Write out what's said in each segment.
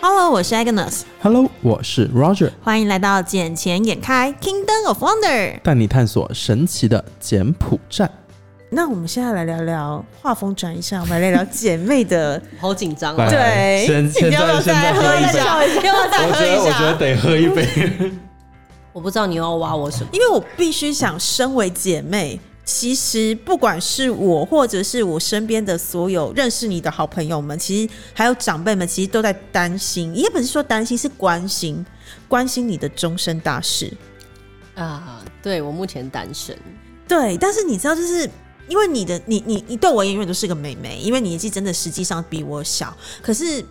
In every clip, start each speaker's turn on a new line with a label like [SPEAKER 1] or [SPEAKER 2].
[SPEAKER 1] Hello，我是 Agnes，
[SPEAKER 2] Hello，我是 Roger，
[SPEAKER 1] 欢迎来到《眼前眼开 Kingdom of Wonder》。
[SPEAKER 2] 带你探索神奇的柬埔寨。
[SPEAKER 1] 那我们现在来聊聊，画风转一下，我们来聊聊姐妹 的。
[SPEAKER 3] 好紧张
[SPEAKER 2] 来
[SPEAKER 3] 哦！
[SPEAKER 1] 对
[SPEAKER 2] 哎先
[SPEAKER 1] 你
[SPEAKER 2] 先
[SPEAKER 1] 要不要
[SPEAKER 2] 再先
[SPEAKER 1] 再
[SPEAKER 2] 再
[SPEAKER 1] 喝
[SPEAKER 2] 喝
[SPEAKER 1] 一
[SPEAKER 2] 一
[SPEAKER 1] 杯
[SPEAKER 2] 杯？
[SPEAKER 1] 要不要再
[SPEAKER 2] 我觉
[SPEAKER 1] 喝一
[SPEAKER 2] 得我觉得
[SPEAKER 1] 下？
[SPEAKER 2] 得喝一杯。
[SPEAKER 3] 我不知道你要挖我什么。
[SPEAKER 1] 因为我必须想，身为姐妹，其实不管是我，或者是我身边的所有认识你的好朋友们，其实还有长辈们，其实都在担心，也不是说担心，是关心，关心你的终身大事。
[SPEAKER 3] 啊，对我目前单身，
[SPEAKER 1] 对，但是你知道，就是因为你的你你你对我也永远都是个妹妹，因为你年纪真的实际上比我小，可是。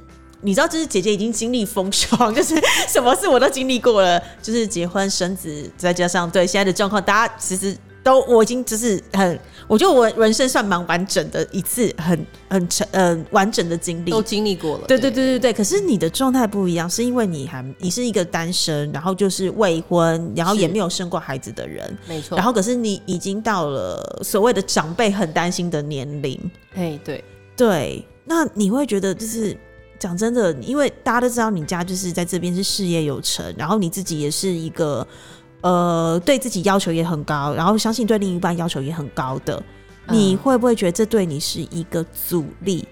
[SPEAKER 1] 你知道，就是姐姐已经经历风霜，就是什么事我都经历过了，就是结婚生子，再加上对现在的状况，大家其实都我已经就是很，我觉得我人生算蛮完整的一次很很成呃完整的经历，
[SPEAKER 3] 都经历过了。
[SPEAKER 1] 对对对对对，可是你的状态不一样，是因为你还你是一个单身，然后就是未婚，然后也
[SPEAKER 3] 是
[SPEAKER 1] 没有生过孩子的人，
[SPEAKER 3] 没错。
[SPEAKER 1] 然后可是你已经到了所谓的长辈很担心的年龄，
[SPEAKER 3] 哎，对，
[SPEAKER 1] 对，那你会觉得就是讲真的，因为大家都知道你家就是在这边是事业有成，然后你自己也是一个呃对自己要求也很高，然后相信对另一半要求也很高的，
[SPEAKER 3] 嗯
[SPEAKER 1] 你会不会觉得这对你是一个阻力？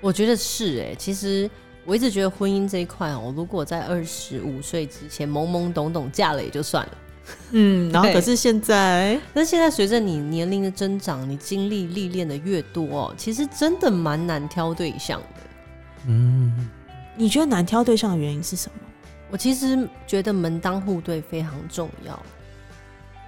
[SPEAKER 3] 我觉得是哎、其实我一直觉得婚姻这一块哦，我如果在二十五岁之前懵懵懂懂嫁了也就算了，
[SPEAKER 1] 嗯，然后
[SPEAKER 3] 对
[SPEAKER 1] 可是现在
[SPEAKER 3] 但现在随着你年龄的增长，你经历历练的越多哦，其实真的蛮难挑对象的。
[SPEAKER 2] 嗯，
[SPEAKER 1] 你觉得难挑对象的原因是什么？
[SPEAKER 3] 我其实觉得门当户对非常重要。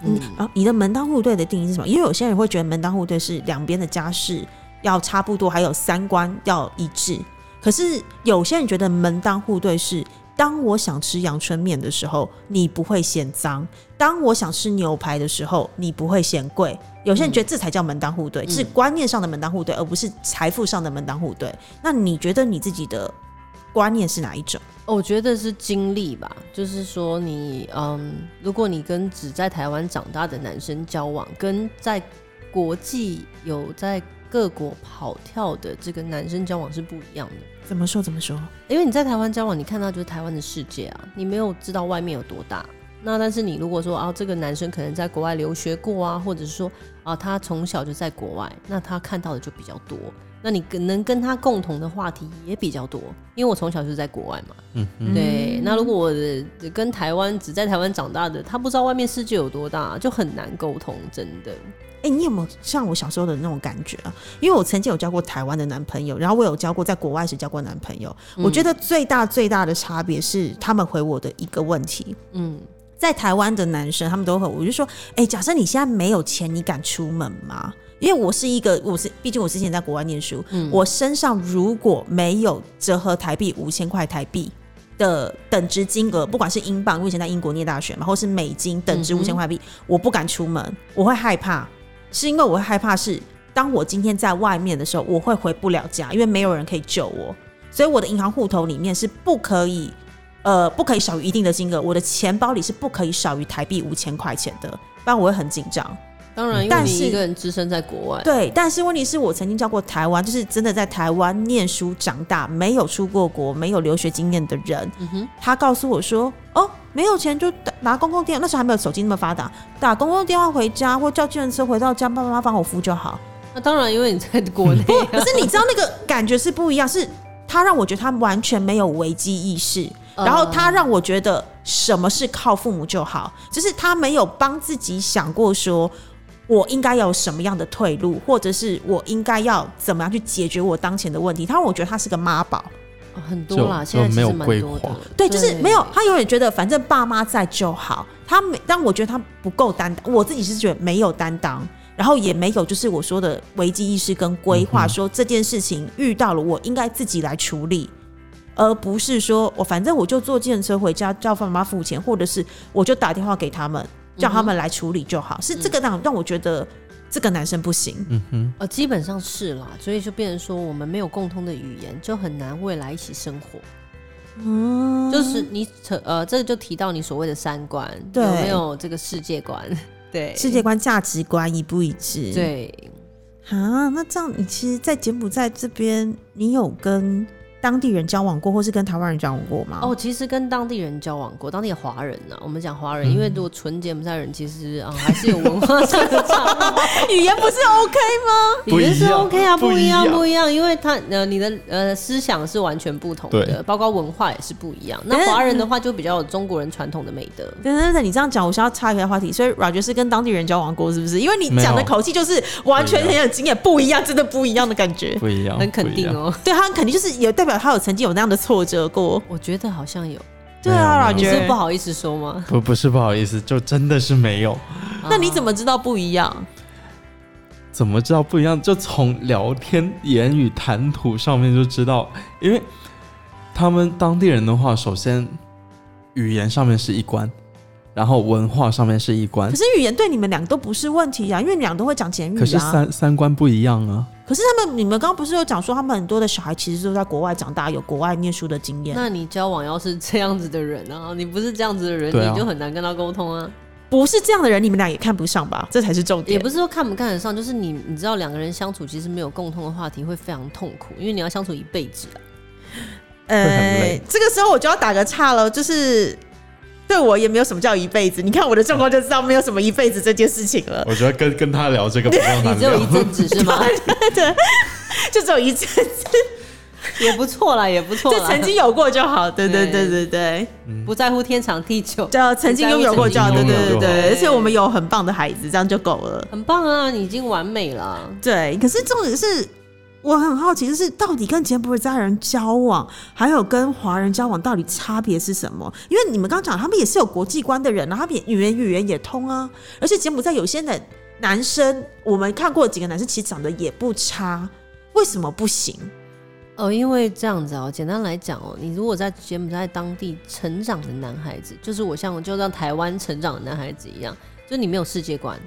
[SPEAKER 1] 嗯
[SPEAKER 3] 嗯，，
[SPEAKER 1] 然后你的门当户对的定义是什么？因为有些人会觉得门当户对是两边的家世要差不多，还有三观要一致。可是有些人觉得门当户对是，当我想吃阳春面的时候，你不会嫌脏；当我想吃牛排的时候，你不会嫌贵。有些人觉得这才叫门当户对，是观念上的门当户对，而不是财富上的门当户对。那你觉得你自己的观念是哪一种？
[SPEAKER 3] 哦我觉得是经历吧，就是说你，嗯，如果你跟只在台湾长大的男生交往，跟在国际有在各国跑跳的这个男生交往是不一样的，
[SPEAKER 1] 怎么说？怎么说？
[SPEAKER 3] 因为你在台湾交往，你看到就是台湾的世界啊，你没有知道外面有多大。那但是你如果说啊，这个男生可能在国外留学过啊，或者是说啊，他从小就在国外，那他看到的就比较多，那你跟能跟他共同的话题也比较多，因为我从小就是在国外嘛。
[SPEAKER 2] 嗯
[SPEAKER 3] 对，那如果我的跟台湾只在台湾长大的，他不知道外面世界有多大，就很难沟通，真的。
[SPEAKER 1] 哎、你有没有像我小时候的那种感觉啊？因为我曾经有交过台湾的男朋友，然后我有交过在国外时交过男朋友。我觉得最大最大的差别是他们回我的一个问题。
[SPEAKER 3] 嗯，
[SPEAKER 1] 在台湾的男生，他们都会，我就说，哎、假设你现在没有钱，你敢出门吗？因为我是一个，我是毕竟我之前在国外念书，我身上如果没有折合台币五千块台币的等值金额，不管是英镑，因为以前在英国念大学嘛，或是美金等值
[SPEAKER 3] 嗯
[SPEAKER 1] 五
[SPEAKER 3] 哼
[SPEAKER 1] 千块台币，我不敢出门，我会害怕，是因为我会害怕是当我今天在外面的时候，我会回不了家，因为没有人可以救我，所以我的银行户头里面是不可以呃，不可以少于一定的金额，我的钱包里是不可以少于台币五千块钱的，不然我会很紧张。
[SPEAKER 3] 当然，因为
[SPEAKER 1] 但
[SPEAKER 3] 你
[SPEAKER 1] 是
[SPEAKER 3] 一个人置身在国外，
[SPEAKER 1] 对，但是问题是我曾经教过台湾，就是真的在台湾念书长大，没有出过国、没有留学经验的人，他告诉我说：“哦，没有钱就打拿公共电，那时候还没有手机那么发达，打公共电话回家或叫计程车回到家，爸爸妈妈帮我付就好。”
[SPEAKER 3] 那当然，因为你在国内
[SPEAKER 2] 嗯
[SPEAKER 3] 啊、
[SPEAKER 1] 可是你知道那个感觉是不一样，是他让我觉得他完全没有危机意识，
[SPEAKER 3] 嗯
[SPEAKER 1] 然后他让我觉得什么是靠父母就好，就是他没有帮自己想过说。我应该有什么样的退路，或者是我应该要怎么样去解决我当前的问题？他让我觉得他是个妈宝，
[SPEAKER 3] 哦很多啦，
[SPEAKER 2] 就
[SPEAKER 3] 现在
[SPEAKER 2] 就没
[SPEAKER 3] 其实
[SPEAKER 2] 有
[SPEAKER 3] 蛮
[SPEAKER 2] 规
[SPEAKER 3] 多的
[SPEAKER 2] 划。
[SPEAKER 1] 对，就是没有，他永远觉得反正爸妈在就好。他没，但我觉得他不够担当，我自己是觉得没有担当，然后也没有就是我说的危机意识跟规划，说这件事情遇到了我应该自己来处理，而不是说我反正我就坐计程车回家叫爸妈付钱，或者是我就打电话给他们叫他们来处理就好。是这个让让我觉得这个男生不行。
[SPEAKER 2] 嗯哼，
[SPEAKER 3] 呃，基本上是啦，所以就变成说我们没有共通的语言，就很难未来一起生活。
[SPEAKER 1] 嗯，
[SPEAKER 3] 就是你扯呃，这个就提到你所谓的三观，
[SPEAKER 1] 对
[SPEAKER 3] 有没有这个世界观？ 对，
[SPEAKER 1] 世界观、价值观一不一致。。
[SPEAKER 3] 对，
[SPEAKER 1] 啊，那这样你其实，在柬埔寨这边，你有跟当地人交往过，或是跟台湾人交往过吗？
[SPEAKER 3] 哦，，其实跟当地人交往过，当地的华人呐、我们讲华人，因
[SPEAKER 2] 嗯
[SPEAKER 3] 为如果纯柬埔寨人，其实啊、还是有文化上的差异。
[SPEAKER 1] 语言不是哦 OK 吗？
[SPEAKER 2] 不
[SPEAKER 3] 语言
[SPEAKER 2] 一
[SPEAKER 3] 是
[SPEAKER 2] 样
[SPEAKER 3] OK 啊，
[SPEAKER 2] 不
[SPEAKER 3] 不
[SPEAKER 2] 一
[SPEAKER 3] 一样，
[SPEAKER 2] 样
[SPEAKER 3] 不一样，因为他呃，你的呃思想是完全不同
[SPEAKER 2] 对哎嗯
[SPEAKER 3] 的，包括文化也是不一样。那
[SPEAKER 1] 但是
[SPEAKER 3] 华人的话就比较有中国人传统的美德，
[SPEAKER 1] 等等等等，你这样讲，我想要岔开话题。所以 Roger 是跟当地人交往过，是不是？因为你讲
[SPEAKER 2] 没
[SPEAKER 1] 的
[SPEAKER 2] 有
[SPEAKER 1] 口气就是完全很有经验，不一样，真的不一样的感觉。
[SPEAKER 2] 不一样，
[SPEAKER 3] 很肯
[SPEAKER 2] 不一
[SPEAKER 3] 定
[SPEAKER 2] 样。
[SPEAKER 3] 哦。
[SPEAKER 1] 对他肯定就是有代表他有曾经有那样的挫折过。
[SPEAKER 3] 我觉得好像 有，
[SPEAKER 1] 对啊
[SPEAKER 2] 没
[SPEAKER 1] ，Roger
[SPEAKER 2] 有
[SPEAKER 3] 你是不好意思说吗？啊
[SPEAKER 2] 不不是不好意思，就真的是没有。
[SPEAKER 1] 那你怎
[SPEAKER 3] 么？
[SPEAKER 1] 么知道不一样？
[SPEAKER 2] 嗯怎么知道不一样？就从聊天、言语、谈吐上面就知道，因为他们当地人的话，首先语言上面是一关，然后文化上面是一关
[SPEAKER 1] 可，是语言对你们俩都不是问题啊，因为你们俩都会讲简语
[SPEAKER 2] 可是
[SPEAKER 1] 啊。
[SPEAKER 2] 三三观不一样啊。
[SPEAKER 1] 可是他们，你们刚刚不是有讲说，他们很多的小孩其实都在国外长大，有国外念书的经验。
[SPEAKER 3] 那你交往要是这样子的人啊，你不是这样子的人，
[SPEAKER 2] 对啊
[SPEAKER 3] 你就很难跟他沟通啊。
[SPEAKER 1] 不是这样的人，你们俩也看不上吧？这才是重
[SPEAKER 3] 也
[SPEAKER 1] 点。
[SPEAKER 3] 不是说看不看得上，就是你你知道两个人相处其实没有共同的话题会非常痛苦，因为你要相处一辈子啊。
[SPEAKER 2] 会很累
[SPEAKER 1] 呃这个时候我就要打个岔了，就是对我也没有什么叫一辈子。你看我的状况就知道，没有什么一辈子这件事情了，
[SPEAKER 2] 我觉得跟跟他聊 这个比较
[SPEAKER 3] 你只有一阵子是 吗？
[SPEAKER 1] 就只有一次，
[SPEAKER 3] 也不错啦，也不错
[SPEAKER 1] 就
[SPEAKER 3] 啦。
[SPEAKER 1] 曾经有过就好。对对对对
[SPEAKER 3] 对
[SPEAKER 1] 对，
[SPEAKER 3] 不在乎天长地久，
[SPEAKER 1] 就曾经拥有过就好。对
[SPEAKER 2] 曾经
[SPEAKER 1] 对
[SPEAKER 2] 拥
[SPEAKER 1] 对
[SPEAKER 2] 有就好
[SPEAKER 1] 对，
[SPEAKER 3] 对
[SPEAKER 1] 而且我们有很棒的孩子，这样就够了。
[SPEAKER 3] 很棒啊，你已经完美了。
[SPEAKER 1] 对，可是重点是，我很好奇，就是到底跟柬埔寨人交往，还有跟华人交往，到底差别是什么？因为你们刚讲，他们也是有国际观的人啊，他们也语言语言也通啊，而且柬埔寨有些人男生，我们看过几个男生，其实长得也不差，为什么不行？
[SPEAKER 3] 哦，因为这样子哦，简单来讲哦，你如果在柬埔寨当地成长的男孩子，就是我像就像台湾成长的男孩子一样，就是你没有世界观。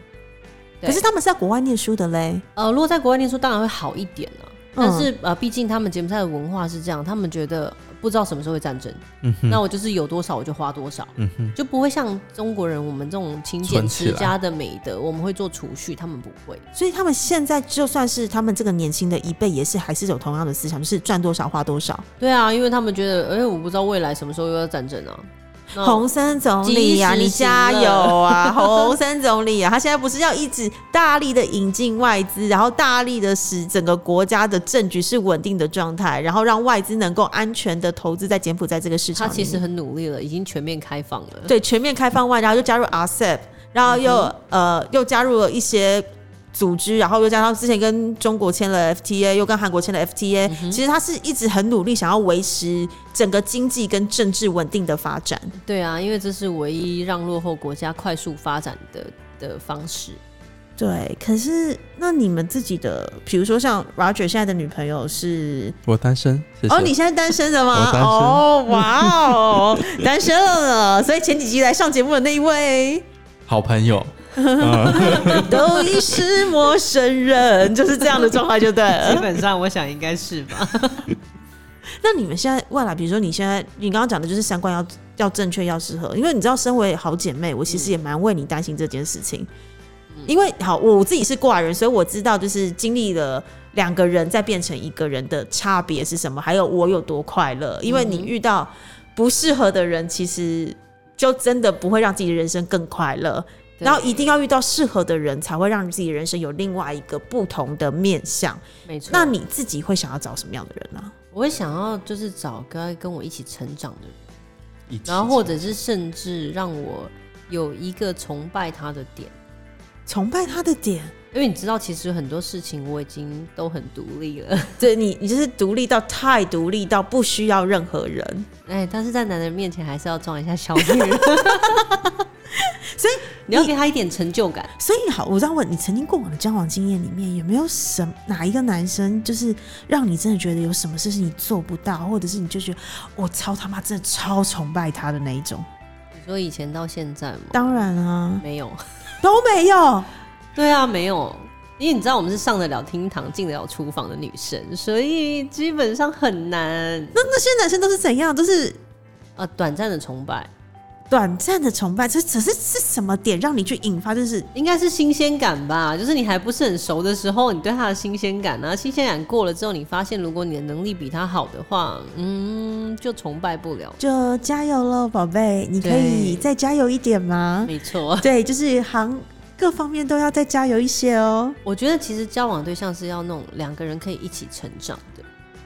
[SPEAKER 3] 对
[SPEAKER 1] 可是他们是在国外念书的嘞，
[SPEAKER 3] 呃，如果在国外念书，当然会好一点啊。但
[SPEAKER 1] 嗯
[SPEAKER 3] 是、呃，毕竟他们柬埔寨的文化是这样，他们觉得不知道什么时候会战争，
[SPEAKER 2] 嗯
[SPEAKER 3] 那
[SPEAKER 2] 哼，
[SPEAKER 3] 我就是有多少我就花多少，
[SPEAKER 2] 嗯哼，
[SPEAKER 3] 就不会像中国人我们这种勤俭
[SPEAKER 2] 存起
[SPEAKER 3] 持
[SPEAKER 2] 来
[SPEAKER 3] 家的美德，我们会做储蓄，他们不会。
[SPEAKER 1] 所以他们现在就算是他们这个年轻的一辈，也是还是有同样的思想，就是赚多少花多少。
[SPEAKER 3] 对啊，因为他们觉得，哎、我不知道未来什么时候又要战争啊。那
[SPEAKER 1] 洪森总理啊，
[SPEAKER 3] 及时行乐
[SPEAKER 1] 你加油啊， 洪森总理啊，他现在不是要一直大力的引进外资，然后大力的使整个国家的政局是稳定的状态，然后让外资能够安全的投资在柬埔寨这个市场
[SPEAKER 3] 他
[SPEAKER 1] 里面。
[SPEAKER 3] 其实很努力了，已经全面开放了。
[SPEAKER 1] 对全面开放外，然后又加入 RCEP，然后又、
[SPEAKER 3] 嗯
[SPEAKER 1] 呃又加入了一些。组织，然后又加上之前跟中国签了 FTA，又跟韩国签了
[SPEAKER 3] 嗯
[SPEAKER 1] FTA，、其实他是一直很努力想要维持整个经济跟政治稳定的发展。
[SPEAKER 3] 对啊，因为这是唯一让落后国家快速发展的的方式。
[SPEAKER 1] 对，可是那你们自己的，比如说像 Roger 现在的女朋友是，
[SPEAKER 2] 我单身，谢谢。
[SPEAKER 1] 哦，你现在单身的
[SPEAKER 2] 我
[SPEAKER 1] 吗？
[SPEAKER 2] 单身
[SPEAKER 1] 哦，哇哦， 单身了呢。所以前几集来上节目的那一位
[SPEAKER 2] 好朋友，
[SPEAKER 1] 都已是陌生人，就是这样的状态就对了。
[SPEAKER 3] 本上，我想应该是吧。
[SPEAKER 1] 那你们现在未来，比如说你现在你刚刚讲的就是三观要要正确，要适合，因为你知道，身为好姐妹，我其实也蛮为你担心这件事情。因为好，我自己是过来人，所以我知道就是经历了两个人再变成一个人的差别是什么，还有我有多快乐。因为你遇到不适合的人，其实就真的不会让自己的人生更快乐。
[SPEAKER 3] 对
[SPEAKER 1] 然后一定要遇到适合的人，才会让自己的人生有另外一个不同的面向。
[SPEAKER 3] 没错。
[SPEAKER 1] 那你自己会想要找什么样的人呢、
[SPEAKER 3] 我会想要就是找该跟我一起成长的人，
[SPEAKER 2] 一起
[SPEAKER 3] 然后或者是甚至让我有一个崇拜他的点，
[SPEAKER 1] 崇拜他的点，
[SPEAKER 3] 因为你知道，其实很多事情我已经都很独立 了。
[SPEAKER 1] 对你，你就是独立到太独立到不需要任何人。
[SPEAKER 3] 哎，但是在男人面前还是要装一下小女人，
[SPEAKER 1] 所以
[SPEAKER 3] 你要给他一点成就感。
[SPEAKER 1] 所以好，我这样问你，曾经过往的交往经验里面，有没有什哪一个男生，就是让你真的觉得有什么事是你做不到，或者是你就觉得我超他妈真的超崇拜他的那一种？
[SPEAKER 3] 你说以前到现在吗？
[SPEAKER 1] 当然啊，
[SPEAKER 3] 没有。
[SPEAKER 1] 都没有。
[SPEAKER 3] 对啊，没有，因为你知道我们是上得了厅堂、进得了厨房的女生，所以基本上很难
[SPEAKER 1] 那那些男生都是怎样？就是
[SPEAKER 3] 呃短暂的崇拜，
[SPEAKER 1] 短暂的崇拜，这只是是什么点让你去引发？就是
[SPEAKER 3] 应该是新鲜感吧，就是你还不是很熟的时候，你对他的新鲜感啊，新鲜感过了之后，你发现如果你的能力比他好的话，嗯，就崇拜不了。
[SPEAKER 1] 就加油喽，宝贝，你可以
[SPEAKER 3] 对
[SPEAKER 1] 再加油一点吗？
[SPEAKER 3] 没错，
[SPEAKER 1] 对，就是行各方面都要再加油一些哦。
[SPEAKER 3] 我觉得其实交往对象是要那种两个人可以一起成长的，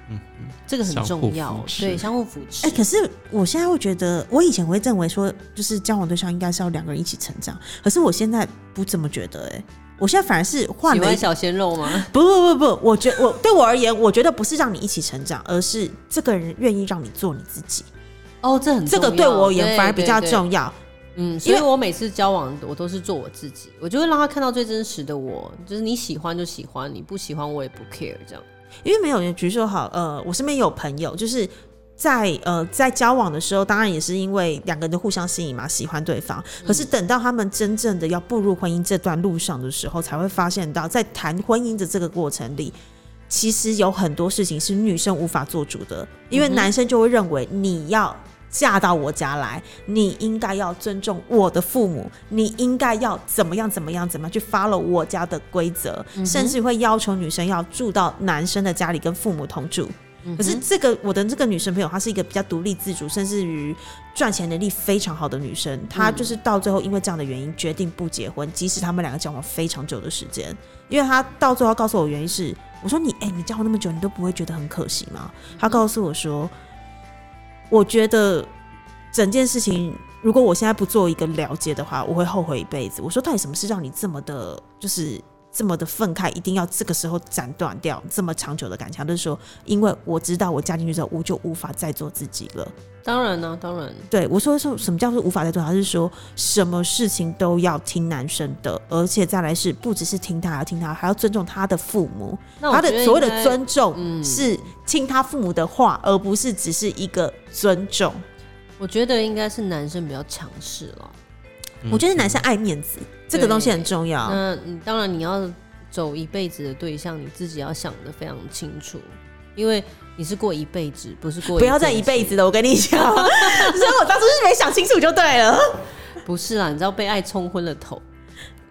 [SPEAKER 2] 嗯嗯
[SPEAKER 3] 这个很
[SPEAKER 2] 相互
[SPEAKER 3] 重要
[SPEAKER 2] 扶，持
[SPEAKER 3] 对，相互扶持。
[SPEAKER 1] 哎、可是我现在会觉得，我以前会认为说，就是交往对象应该是要两个人一起成长，可是我现在不这么觉得、哎，我现在反而是换
[SPEAKER 3] 喜
[SPEAKER 1] 了
[SPEAKER 3] 欢
[SPEAKER 1] 一
[SPEAKER 3] 小鲜肉吗？
[SPEAKER 1] 不不不不，我觉我对我而言，我觉得不是让你一起成长，而是这个人愿意让你做你自己，
[SPEAKER 3] 哦，这很
[SPEAKER 1] 这个
[SPEAKER 3] 重
[SPEAKER 1] 对
[SPEAKER 3] 要
[SPEAKER 1] 我而言反而比较。
[SPEAKER 3] 对对对
[SPEAKER 1] 重要。
[SPEAKER 3] 嗯，所以
[SPEAKER 1] 因为
[SPEAKER 3] 我每次交往，我都是做我自己，我就会让他看到最真实的我，就是你喜欢就喜欢，你不喜欢我也不 care 这样。
[SPEAKER 1] 因为没有人，比如说好，呃，我身边有朋友就是。在呃，在交往的时候，当然也是因为两个人都互相吸引嘛，喜欢对方。可是等到他们真正的要步入婚姻这段路上的时候，才会发现到，在谈婚姻的这个过程里，其实有很多事情是女生无法做主的，因为男生就会认为你要嫁到我家来，你应该要尊重我的父母，你应该要怎么样怎么样怎么样去 follow 我家的规则，甚至会要求女生要住到男生的家里跟父母同住。可是这个我的这个女生朋友，她是一个比较独立自主，甚至于赚钱能力非常好的女生。她就是到最后因为这样的原因决定不结婚，即使他们两个交往非常久的时间。因为她到最后告诉我原因是，我说你哎、你交往那么久，你都不会觉得很可惜吗？她告诉我说，我觉得整件事情，如果我现在不做一个了结的话，我会后悔一辈子。我说到底什么事让你这么的，就是这么的愤慨，一定要这个时候斩断掉这么长久的感情？她就是说，因为我知道我嫁进去之后，我就无法再做自己了。
[SPEAKER 3] 当然呢、当然，
[SPEAKER 1] 对我说说什么叫做无法再做，他是说什么事情都要听男生的，而且再来是不只是听他，还要听他，还要尊重他的父母。
[SPEAKER 3] 那我
[SPEAKER 1] 他
[SPEAKER 3] 觉
[SPEAKER 1] 的
[SPEAKER 3] 得
[SPEAKER 1] 所谓
[SPEAKER 3] 应该嗯
[SPEAKER 1] 的尊重是听他父母的话，而不是只是一个尊重。
[SPEAKER 3] 我觉得应该是男生比较强势了。
[SPEAKER 2] 嗯
[SPEAKER 1] 我觉得男生爱面子这个东西很重要。
[SPEAKER 3] 那你当然你要走一辈子的对象，你自己要想得非常清楚，因为你是过一辈子，不是过
[SPEAKER 1] 不要再一辈子了，我跟你讲， 所以我当初是没想清楚就对了。
[SPEAKER 3] 子，不是啦，你知道被爱冲昏了头。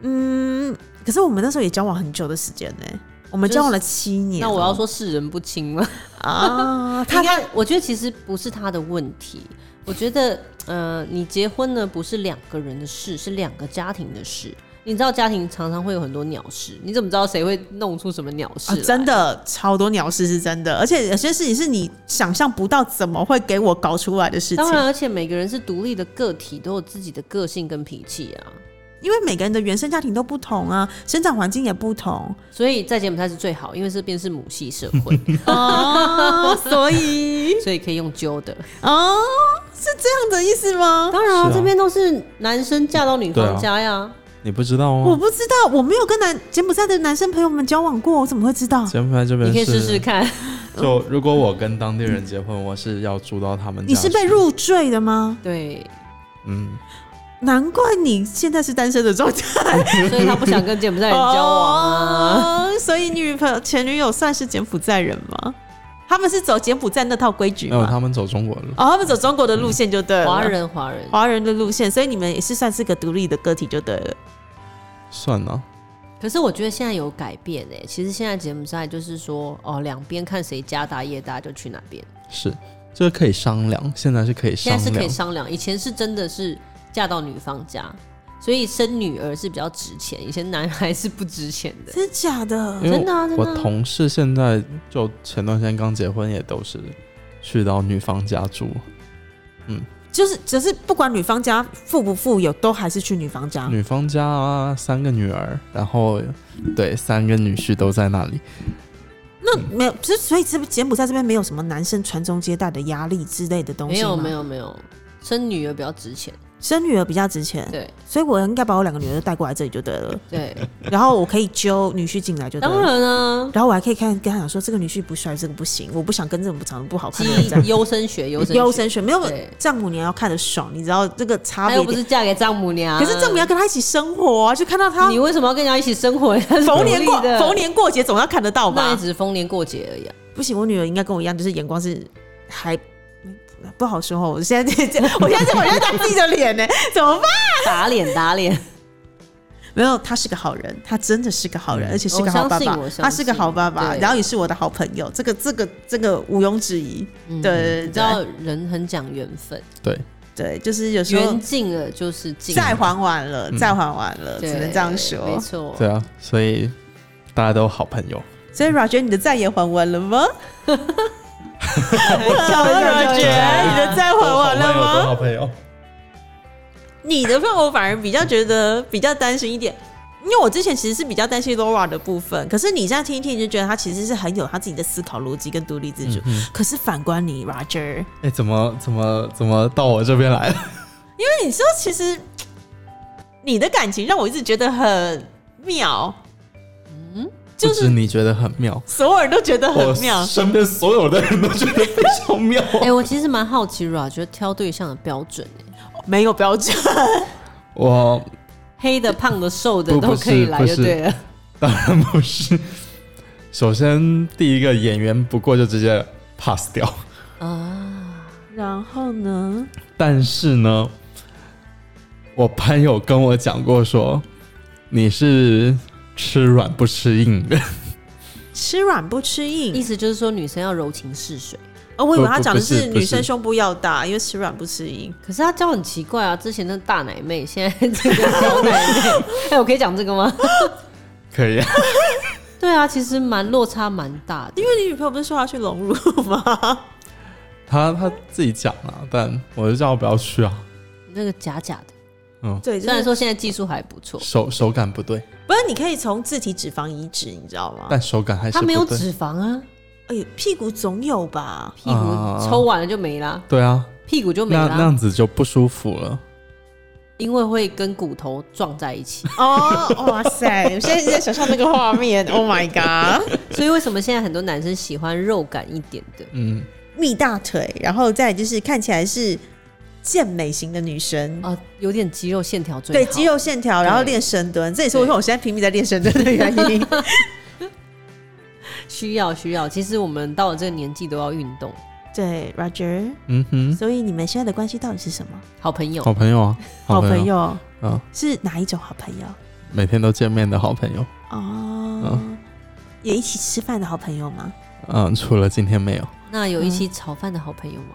[SPEAKER 1] 嗯，可是我们那时候也交往很久的时间呢、我们
[SPEAKER 3] 就是
[SPEAKER 1] 交往了七年。哦
[SPEAKER 3] 那我要说世人不清了。
[SPEAKER 1] 啊，他
[SPEAKER 3] 他看，我觉得其实不是他的问题，我觉得呃，你结婚呢不是两个人的事，是两个家庭的事。你知道家庭常常会有很多鸟事，你怎么知道谁会弄出什么鸟事、
[SPEAKER 1] 啊，真
[SPEAKER 3] 的。
[SPEAKER 1] 的超多鸟事是真的，而且有些事情是你想象不到怎么会给我搞出来的事情
[SPEAKER 3] 当。然，而且每个人是独立的个体，都有自己的个性跟脾气啊。
[SPEAKER 1] 因为每个人的原生家庭都不同啊，生长环境也不 同
[SPEAKER 3] 所以在柬埔寨是最好，因为这边是母系社会，
[SPEAKER 1] 哦，所以
[SPEAKER 3] 所以可以用揪的。
[SPEAKER 1] 哦，是这样的意思吗？
[SPEAKER 3] 当然、啊，
[SPEAKER 2] 是啊
[SPEAKER 3] 这边都是男生嫁到女
[SPEAKER 2] 对
[SPEAKER 3] 方
[SPEAKER 2] 啊
[SPEAKER 3] 家呀、
[SPEAKER 2] 你不知道哦
[SPEAKER 1] 我
[SPEAKER 2] 吗？
[SPEAKER 1] 不知道，我没有跟男柬埔寨的男生朋友们交往过，我怎么会知道？
[SPEAKER 2] 柬埔寨这边
[SPEAKER 3] 你可以
[SPEAKER 2] 啊是
[SPEAKER 3] 试试看。
[SPEAKER 2] 就如果我跟当地人结婚，我是要住到他们家。
[SPEAKER 1] 你是被？入赘的吗？
[SPEAKER 3] 对，
[SPEAKER 2] 嗯，
[SPEAKER 1] 难怪你现在是单身的状态，
[SPEAKER 3] 所以他不想跟柬埔寨人交往啊。
[SPEAKER 1] 哦所以女朋友前女友算是柬埔寨人吗？他们是走柬埔寨那套规矩
[SPEAKER 2] 没有，
[SPEAKER 1] 吗？
[SPEAKER 2] 他们走中国了。
[SPEAKER 1] 哦，他们走中国的路线就对了，
[SPEAKER 3] 华人，华人，
[SPEAKER 1] 华人的路线，所以你们也是算是个独立的个体就对了。
[SPEAKER 2] 算了，
[SPEAKER 3] 可是我觉得现在有改变哎、其实现在柬埔寨就是说，哦，两边看谁家大业大就去哪边，
[SPEAKER 2] 是这个可以商量，现在是可以商
[SPEAKER 3] 现在
[SPEAKER 2] 量，
[SPEAKER 3] 是可以商量。以前是真的是嫁到女方家，所以生女儿是比较值钱，以前男孩是不值钱的。
[SPEAKER 1] 真假的？
[SPEAKER 2] 因为
[SPEAKER 3] 真的啊真的
[SPEAKER 2] 我
[SPEAKER 3] 啊
[SPEAKER 2] 同事现在就前段时间刚结婚，也都是去到女方家住。
[SPEAKER 1] 就是只是不管女方家富不富有，都还是去女方家。
[SPEAKER 2] 女方家啊，三个女儿，然后对三个女婿都在那里。
[SPEAKER 1] 那没有，所以所以这柬埔寨这边没有什么男生传宗接代的压力之类的东西
[SPEAKER 3] 没有
[SPEAKER 1] 吗
[SPEAKER 3] 没，有没有，生女儿比较 值钱。
[SPEAKER 1] 生女儿比较值钱，
[SPEAKER 3] 对
[SPEAKER 1] 所以我应该把我两个女儿都带过来这里就对了，
[SPEAKER 3] 对，
[SPEAKER 1] 然后我可以揪女婿进来就对了。
[SPEAKER 3] 当然啊，
[SPEAKER 1] 然后我还可以看跟他讲说，这个女婿不帅，这个不行，我不想跟这种不长得不好看的人
[SPEAKER 3] 基
[SPEAKER 1] 在一起
[SPEAKER 3] 优生学，优生
[SPEAKER 1] 优
[SPEAKER 3] 优
[SPEAKER 1] 生学没有
[SPEAKER 3] 对
[SPEAKER 1] 丈母娘要看得爽，你知道这个差
[SPEAKER 3] 他
[SPEAKER 1] 别
[SPEAKER 3] 又不
[SPEAKER 1] 点。
[SPEAKER 3] 是嫁给丈母娘，啊
[SPEAKER 1] 可是丈母娘跟他一起生活啊，就看到他
[SPEAKER 3] 你为什么要跟人家一起生活？人 家是
[SPEAKER 1] 逢年过
[SPEAKER 3] 独立的
[SPEAKER 1] 逢年过节总要看得到
[SPEAKER 3] 那也
[SPEAKER 1] 吧？
[SPEAKER 3] 只是逢年过节而已啊。
[SPEAKER 1] 不行，我女儿应该跟我一样，就是眼光是还不好说哦。我现在这，我现在这，我现在打自己的脸呢， 怎么办？
[SPEAKER 3] 打脸打脸，
[SPEAKER 1] 没有，他是个好人，他真的是个好人，
[SPEAKER 2] 嗯
[SPEAKER 1] 而且是个好爸
[SPEAKER 3] 我相
[SPEAKER 1] 爸
[SPEAKER 3] 信我，相信
[SPEAKER 1] 他是个好爸爸，
[SPEAKER 3] 对
[SPEAKER 1] 然后也是我的好朋友，这个这个这个毋庸置疑。
[SPEAKER 3] 嗯
[SPEAKER 1] 对
[SPEAKER 3] 你知
[SPEAKER 1] 对
[SPEAKER 3] 道人很讲缘分，
[SPEAKER 2] 对，
[SPEAKER 1] 对，就是有时候
[SPEAKER 3] 缘尽了就是尽，
[SPEAKER 1] 再还完了，
[SPEAKER 2] 嗯
[SPEAKER 1] 再还完了，
[SPEAKER 3] 对
[SPEAKER 1] 只能这样
[SPEAKER 3] 没
[SPEAKER 1] 说。
[SPEAKER 3] 错，
[SPEAKER 2] 对啊，所以大家都好朋友。
[SPEAKER 1] 所以 Roger，你的债也还完了 吗？
[SPEAKER 3] 笑得像
[SPEAKER 1] Roger，
[SPEAKER 3] 笑得
[SPEAKER 1] 你的债还完了吗？
[SPEAKER 2] 好朋友，
[SPEAKER 1] 你的话，我反而比较觉得比较担心一点，因为我之前其实是比较担心 Laura 的部分，可是你这样听一听，你就觉得他其实是很有他自己的思考逻辑跟独立自主。可是反观你 Roger，因
[SPEAKER 2] 哎，怎么怎么怎么到我这边来 了？
[SPEAKER 1] 为你说其实你的感情让我一直觉得很妙，
[SPEAKER 3] 嗯，
[SPEAKER 1] 就
[SPEAKER 2] 不止
[SPEAKER 1] 是
[SPEAKER 2] 你觉得很妙，
[SPEAKER 1] 所有人都觉得
[SPEAKER 2] 我
[SPEAKER 1] 很妙。
[SPEAKER 2] 身边所有的人都觉得非常妙。
[SPEAKER 3] 哎、我其实蛮好奇 Ra 觉得挑对象的标准、欸，
[SPEAKER 1] 没有标准，
[SPEAKER 2] 我
[SPEAKER 3] 黑的、胖的、瘦的
[SPEAKER 2] 不
[SPEAKER 3] 都
[SPEAKER 2] 不
[SPEAKER 3] 可以
[SPEAKER 2] 是
[SPEAKER 3] 来
[SPEAKER 2] 不
[SPEAKER 3] 就是对了。
[SPEAKER 2] 当然不是。首先，第一个演员不过就直接 pass 掉。
[SPEAKER 3] 啊，
[SPEAKER 1] 然后呢？
[SPEAKER 2] 但是呢，我朋友跟我讲过说，你是吃软不吃硬的。
[SPEAKER 1] 吃软不吃
[SPEAKER 3] 意
[SPEAKER 1] 硬
[SPEAKER 3] 思就是说女生要柔情似水，
[SPEAKER 1] 哦，我以为他
[SPEAKER 2] 不不
[SPEAKER 1] 讲的
[SPEAKER 2] 不是
[SPEAKER 1] 是
[SPEAKER 2] 不
[SPEAKER 1] 女生
[SPEAKER 2] 是
[SPEAKER 1] 胸部要大，因为吃软不吃硬。
[SPEAKER 3] 可是她教很奇怪啊，之前那大奶妹，现在这个小 奶妹，哎、我可以讲这个吗？
[SPEAKER 2] 可以啊，
[SPEAKER 3] 对啊，其实蛮落差蛮大的。
[SPEAKER 1] 因为你女朋友不是说要去隆乳吗？
[SPEAKER 2] 他他自己讲啊，但我就叫他不要去啊。
[SPEAKER 3] 那个假假的，
[SPEAKER 2] 嗯，
[SPEAKER 1] 对，
[SPEAKER 3] 虽然说现在技术还不错，
[SPEAKER 2] 手手感不对，
[SPEAKER 1] 不是，你可以从自体脂肪移植，你知道吗？
[SPEAKER 2] 但手感还是
[SPEAKER 3] 她
[SPEAKER 2] 不
[SPEAKER 3] 没有
[SPEAKER 2] 对。
[SPEAKER 3] 脂肪啊，
[SPEAKER 1] 哎呦，屁股总有吧？
[SPEAKER 3] 屁股
[SPEAKER 2] 啊
[SPEAKER 3] 抽完了就没啦，
[SPEAKER 2] 对啊，
[SPEAKER 3] 屁股就没
[SPEAKER 2] 那那
[SPEAKER 3] 啦，
[SPEAKER 2] 样子就不舒服了。
[SPEAKER 3] 因为会跟骨头撞在 一起。
[SPEAKER 1] 哦，哇塞！我现在一直在想象那个画面，Oh my god！
[SPEAKER 3] 所以为什么现在很多男生喜欢肉感一点的？
[SPEAKER 2] 嗯，
[SPEAKER 1] 蜜大腿，然后再就是看起来是健美型的女生。
[SPEAKER 3] 啊，有点肌肉线条最
[SPEAKER 1] 哦对
[SPEAKER 3] 好
[SPEAKER 1] 肌肉线条，然后练深蹲，这也是为什么我现在拼命在练深蹲的原因。
[SPEAKER 3] 需要需要。其实我们到了这个年纪都要运动，
[SPEAKER 1] 对，Roger，
[SPEAKER 2] 嗯哼，
[SPEAKER 1] 所以你们现在的关系到底是什么？
[SPEAKER 3] 好朋友
[SPEAKER 2] 好朋友啊，
[SPEAKER 1] 好
[SPEAKER 2] 朋
[SPEAKER 1] 朋友
[SPEAKER 2] 啊，
[SPEAKER 1] 是哪一种好朋友？
[SPEAKER 2] 每天都见面的好朋友。
[SPEAKER 1] 哦，也一起吃饭的好朋友吗？
[SPEAKER 2] 嗯，除了今天没有，
[SPEAKER 3] 那有一起炒饭的好朋友吗？